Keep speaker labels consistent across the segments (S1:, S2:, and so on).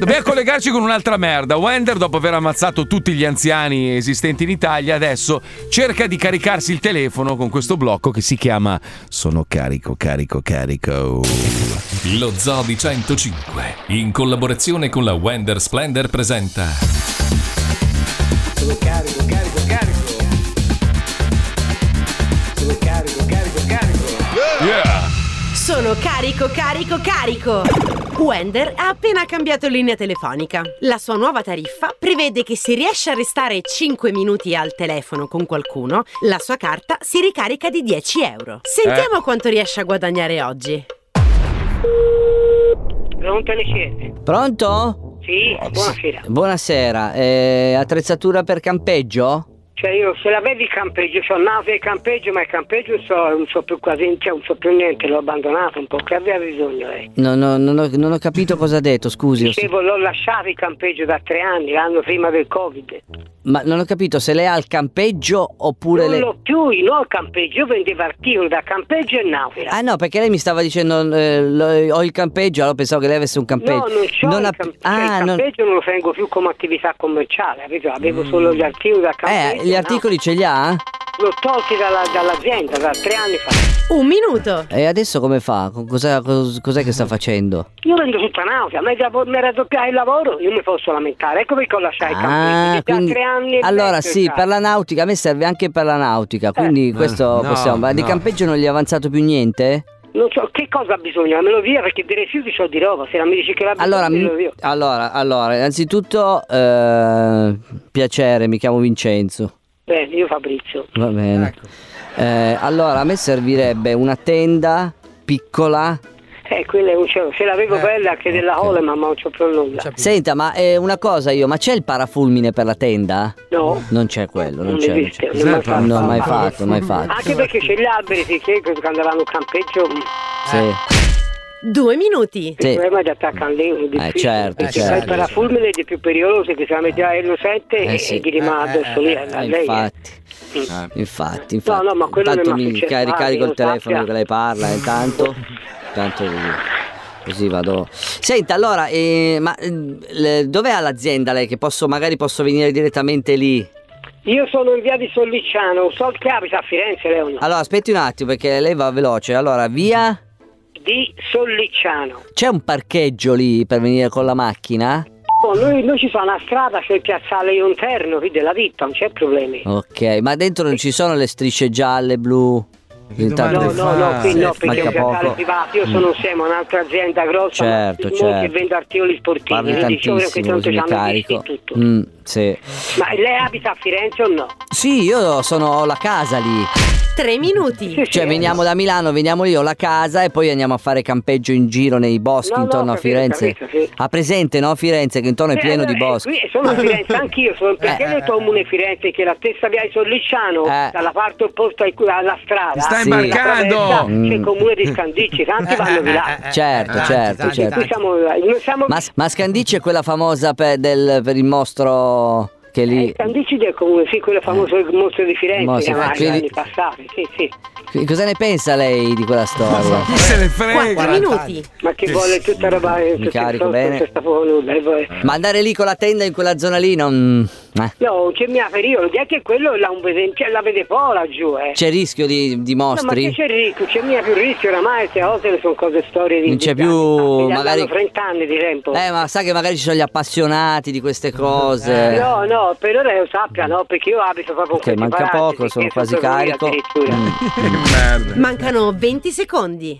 S1: Dobbiamo collegarci con un'altra merda. Wender, dopo aver ammazzato tutti gli anziani esistenti in Italia, adesso cerca di caricarsi il telefono con questo blocco che si chiama Sono carico, carico, carico.
S2: Lo Zoo di 105, in collaborazione con la Wender Splendor, presenta
S3: Sono carico, carico, carico. Sono carico, carico, carico.
S4: Sono carico, carico, carico! Wender ha appena cambiato linea telefonica. La sua nuova tariffa prevede che se riesce a restare 5 minuti al telefono con qualcuno, la sua carta si ricarica di 10 euro. Sentiamo quanto riesce a guadagnare oggi.
S5: Pronto alle scelte?
S6: Pronto?
S5: Sì, buonasera.
S6: Buonasera, eh, attrezzatura per campeggio?
S5: Cioè io se l'avevi il campeggio, so naso e campeggio, ma il campeggio so, non so più quasi, cioè non so più niente, l'ho abbandonato un po', che aveva bisogno lei?
S6: No, no, non, ho, non ho capito cosa ha detto, scusi. ho-
S5: Dicevo, l'ho lasciato il campeggio da tre anni, l'anno prima del Covid.
S6: Ma non ho capito se lei ha il campeggio oppure
S5: Non
S6: le...
S5: l'ho più, io non ho il campeggio, io vendevo articoli da campeggio e naufera.
S6: Ah no, perché lei mi stava dicendo eh, lo- ho il campeggio, allora pensavo che lei avesse un
S5: No,
S6: campeggio.
S5: non c'ho il,
S6: ha-
S5: campeggio, cioè, il
S6: Ah, non-
S5: campeggio non lo tengo più come attività commerciale, capito? Avevo solo gli articoli da campeggio.
S6: Mm. Eh, gli
S5: no?
S6: articoli ce li ha?
S5: L'ho tolti dalla- dall'azienda da tre anni fa.
S4: Un minuto!
S6: E adesso come fa? Co- Cos'è, cos- cos'è che sta facendo?
S5: Io vendo tutta nausea, a me da- mi raddoppiare il lavoro, io mi posso lamentare, ecco perché ho lasciato il campeggio, che da
S6: Ah, quindi-
S5: tre anni e
S6: allora
S5: mezzo esatto. Eh.
S6: sì,
S5: già.
S6: per la nautica, a me serve anche per la nautica, quindi questo
S1: Eh, no,
S6: possiamo... Ma di
S1: no.
S6: campeggio non gli è avanzato più niente?
S5: Non so che cosa ha bisogno, me lo dia perché dei rifiuti so di roba, se non mi dici che l'ha bisogno
S6: Allora,
S5: me
S6: mi-
S5: lo dia.
S6: allora, allora, innanzitutto eh, piacere, mi chiamo Vincenzo.
S5: Bene, io Fabrizio.
S6: Va bene.
S5: Ecco.
S6: Eh, allora, a me servirebbe una tenda piccola.
S5: Eh, quella è un cielo, se l'avevo bella che della Holema, ma non c'ho più nulla.
S6: Senta, ma eh, una cosa io, ma c'è il parafulmine per la tenda?
S5: No.
S6: Non c'è quello, non,
S5: Non
S6: c'è.
S5: esiste,
S6: non
S5: non
S6: c'è.
S5: l'ho mai fatto.
S6: Non l'ho mai fatto, mai fatto.
S5: Anche perché c'è gli alberi, sì, che quando vanno al campeggio, mm, mh,
S6: Sì.
S4: Due minuti!
S5: il
S6: Sì. Eh,
S5: problema Ah, è di attaccare lì, è difficile. Eh,
S6: certo,
S5: Perché
S6: certo.
S5: fai il parafulmine è di più pericoloso che se la metti a L7
S6: Eh,
S5: e,
S6: sì.
S5: e ti rimane addosso lì, a
S6: Eh,
S5: lei. eh.
S6: infatti.
S5: Mm.
S6: Infatti, infatti.
S5: no, ma quello
S6: intanto
S5: non è
S6: mi
S5: successo,
S6: cari-
S5: ah,
S6: ricarico
S5: lo
S6: il telefono
S5: sappia.
S6: che lei parla, intanto. Intanto così, così vado. Senta, allora, eh, ma eh, le- dov'è l'azienda lei? Che posso, magari posso venire direttamente lì?
S5: Io sono in via di Sollicciano, so che abita a Firenze, Leono.
S6: Allora, aspetti un attimo perché lei va veloce. Allora, via.
S5: Di Sollicciano.
S6: C'è un parcheggio lì per venire con la macchina?
S5: Oh, noi, noi ci fa una strada, c'è il piazzale interno qui della ditta, non c'è problemi.
S6: Ok, ma dentro non ci sono le strisce gialle, blu?
S5: No,
S6: Intanto-
S5: no, no, qui no, perché è un
S6: manca
S5: piazzale
S6: poco. Mm.
S5: privato, io sono SEMA, un'altra azienda grossa,
S6: Certo,
S5: ma-
S6: certo.
S5: che vende articoli sportivi,
S6: Parli
S5: quindi diciamo che
S6: tantissimo,
S5: tanto
S6: così
S5: ci
S6: mi
S5: hanno visto
S6: carico.
S5: tutto.
S6: Mm, sì.
S5: Ma lei abita a Firenze o no?
S6: Sì, io sono, ho la casa lì.
S5: Ah,
S4: Tre
S5: Eh,
S4: minuti!
S6: Cioè, veniamo da Milano, veniamo lì, ho la casa e poi andiamo a fare campeggio in giro nei boschi
S5: No, no,
S6: intorno a
S5: capito,
S6: Firenze.
S5: capito, sì.
S6: Ha presente, no? Firenze, che intorno è
S5: Eh,
S6: pieno
S5: allora,
S6: di
S5: eh,
S6: boschi.
S5: qui sono a Firenze, anch'io sono perché del comune Firenze che è la stessa via di Sollicciano,
S6: Eh.
S5: dalla parte opposta ai- alla strada.
S1: Stai
S6: Sì.
S1: imbarcando!
S5: attraversa, C'è il
S6: Mm.
S5: comune di Scandicci, tanti vanno di là.
S6: Certo, certo, certo.
S5: Qui siamo, noi siamo
S6: Ma, ma Scandicci è quella famosa per, del- per il mostro che lì... Eh.
S5: eh, Scandicci del comune, sì, quello famoso mostro di Firenze,
S6: Mostro,
S5: che
S6: eh,
S5: era negli
S6: quindi-
S5: anni passati, sì, sì.
S6: Cosa ne pensa lei di quella storia?
S1: Chi se ne
S4: Quattro
S1: frega?
S4: minuti!
S5: Ma che vuole tutta roba tutto
S6: carico
S5: il
S6: bene.
S5: tutto sta poco nulla, eh, e poi-
S6: Ma andare lì con la tenda in quella zona lì non... eh,
S5: No, c'è mia periodo, è che quello là un vede- cioè, la vede po' laggiù, eh.
S6: C'è rischio di, di
S5: No, ma che
S6: mostri?
S5: c'è il rischio, c'è mia più rischio oramai, queste cose sono cose storie di Ah,
S6: Non c'è
S5: di
S6: più,
S5: anni fa,
S6: magari-
S5: hanno 30 anni di tempo.
S6: Eh, ma sa che magari ci sono gli appassionati di queste cose.
S5: Eh. No, no, per ora io sappia, no, perché io abito proprio
S6: eh. Ok,
S5: con questi
S6: manca
S5: parati,
S6: poco,
S5: sì,
S6: sono
S5: che
S6: quasi
S5: sono lì
S6: carico. Mm.
S5: addirittura.
S4: Mancano 20 secondi!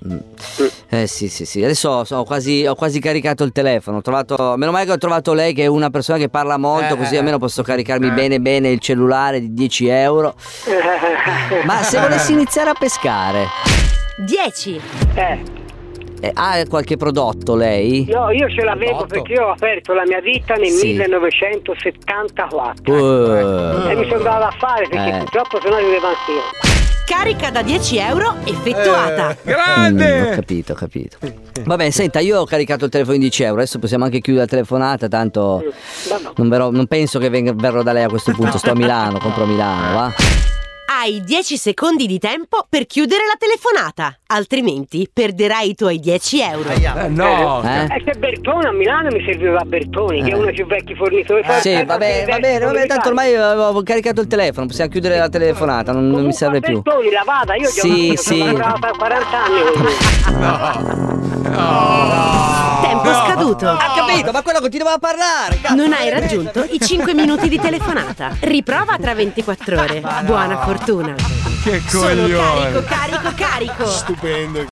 S6: Eh sì, sì, sì. Adesso ho- ho quasi, ho quasi caricato il telefono. Ho trovato, meno male che ho trovato lei, che è una persona che parla molto, così almeno posso caricarmi bene bene il cellulare di 10 euro. Ma se volessi iniziare a pescare,
S4: 10!
S5: Eh.
S6: eh, ha qualche prodotto lei?
S5: No, io ce l'avevo perché io ho aperto la mia ditta nel
S6: Sì.
S5: 1974
S6: Uh,
S5: e ecco, Eh, mi sono dato a fare perché
S6: Eh.
S5: purtroppo sennò io devo anch'io.
S4: Carica da 10 euro effettuata!
S6: mm, ho
S1: Grande!
S6: capito, ho capito. Vabbè, senta, io ho caricato il telefono di 10 euro, adesso possiamo anche chiudere la telefonata, tanto non, verrò- non penso che venga- verrò da lei a questo punto, sto a Milano, compro a Milano, va?
S4: Hai 10 secondi di tempo per chiudere la telefonata, altrimenti perderai i tuoi 10 euro.
S1: Eh, no,
S6: Eh?
S5: Eh, c'è Bertone a Milano mi serviva Bertoni, che è uno dei più vecchi fornitori.
S6: Ah, Sì, va bene, va bene, va bene, tanto ormai avevo caricato il telefono, possiamo chiudere la telefonata, non, non mi serve più.
S5: Bertoni, la vada, io
S6: Sì,
S5: gli ho
S6: sì.
S5: lavoravo per 40 anni. con lui.
S4: Tempo scaduto.
S6: Ha capito, ma quello continuava a parlare. cazzo.
S4: Non hai raggiunto i 5 minuti di telefonata. Riprova tra 24 ore. Buona fortuna.
S1: che
S4: Sono
S1: coglione.
S4: carico, carico, carico.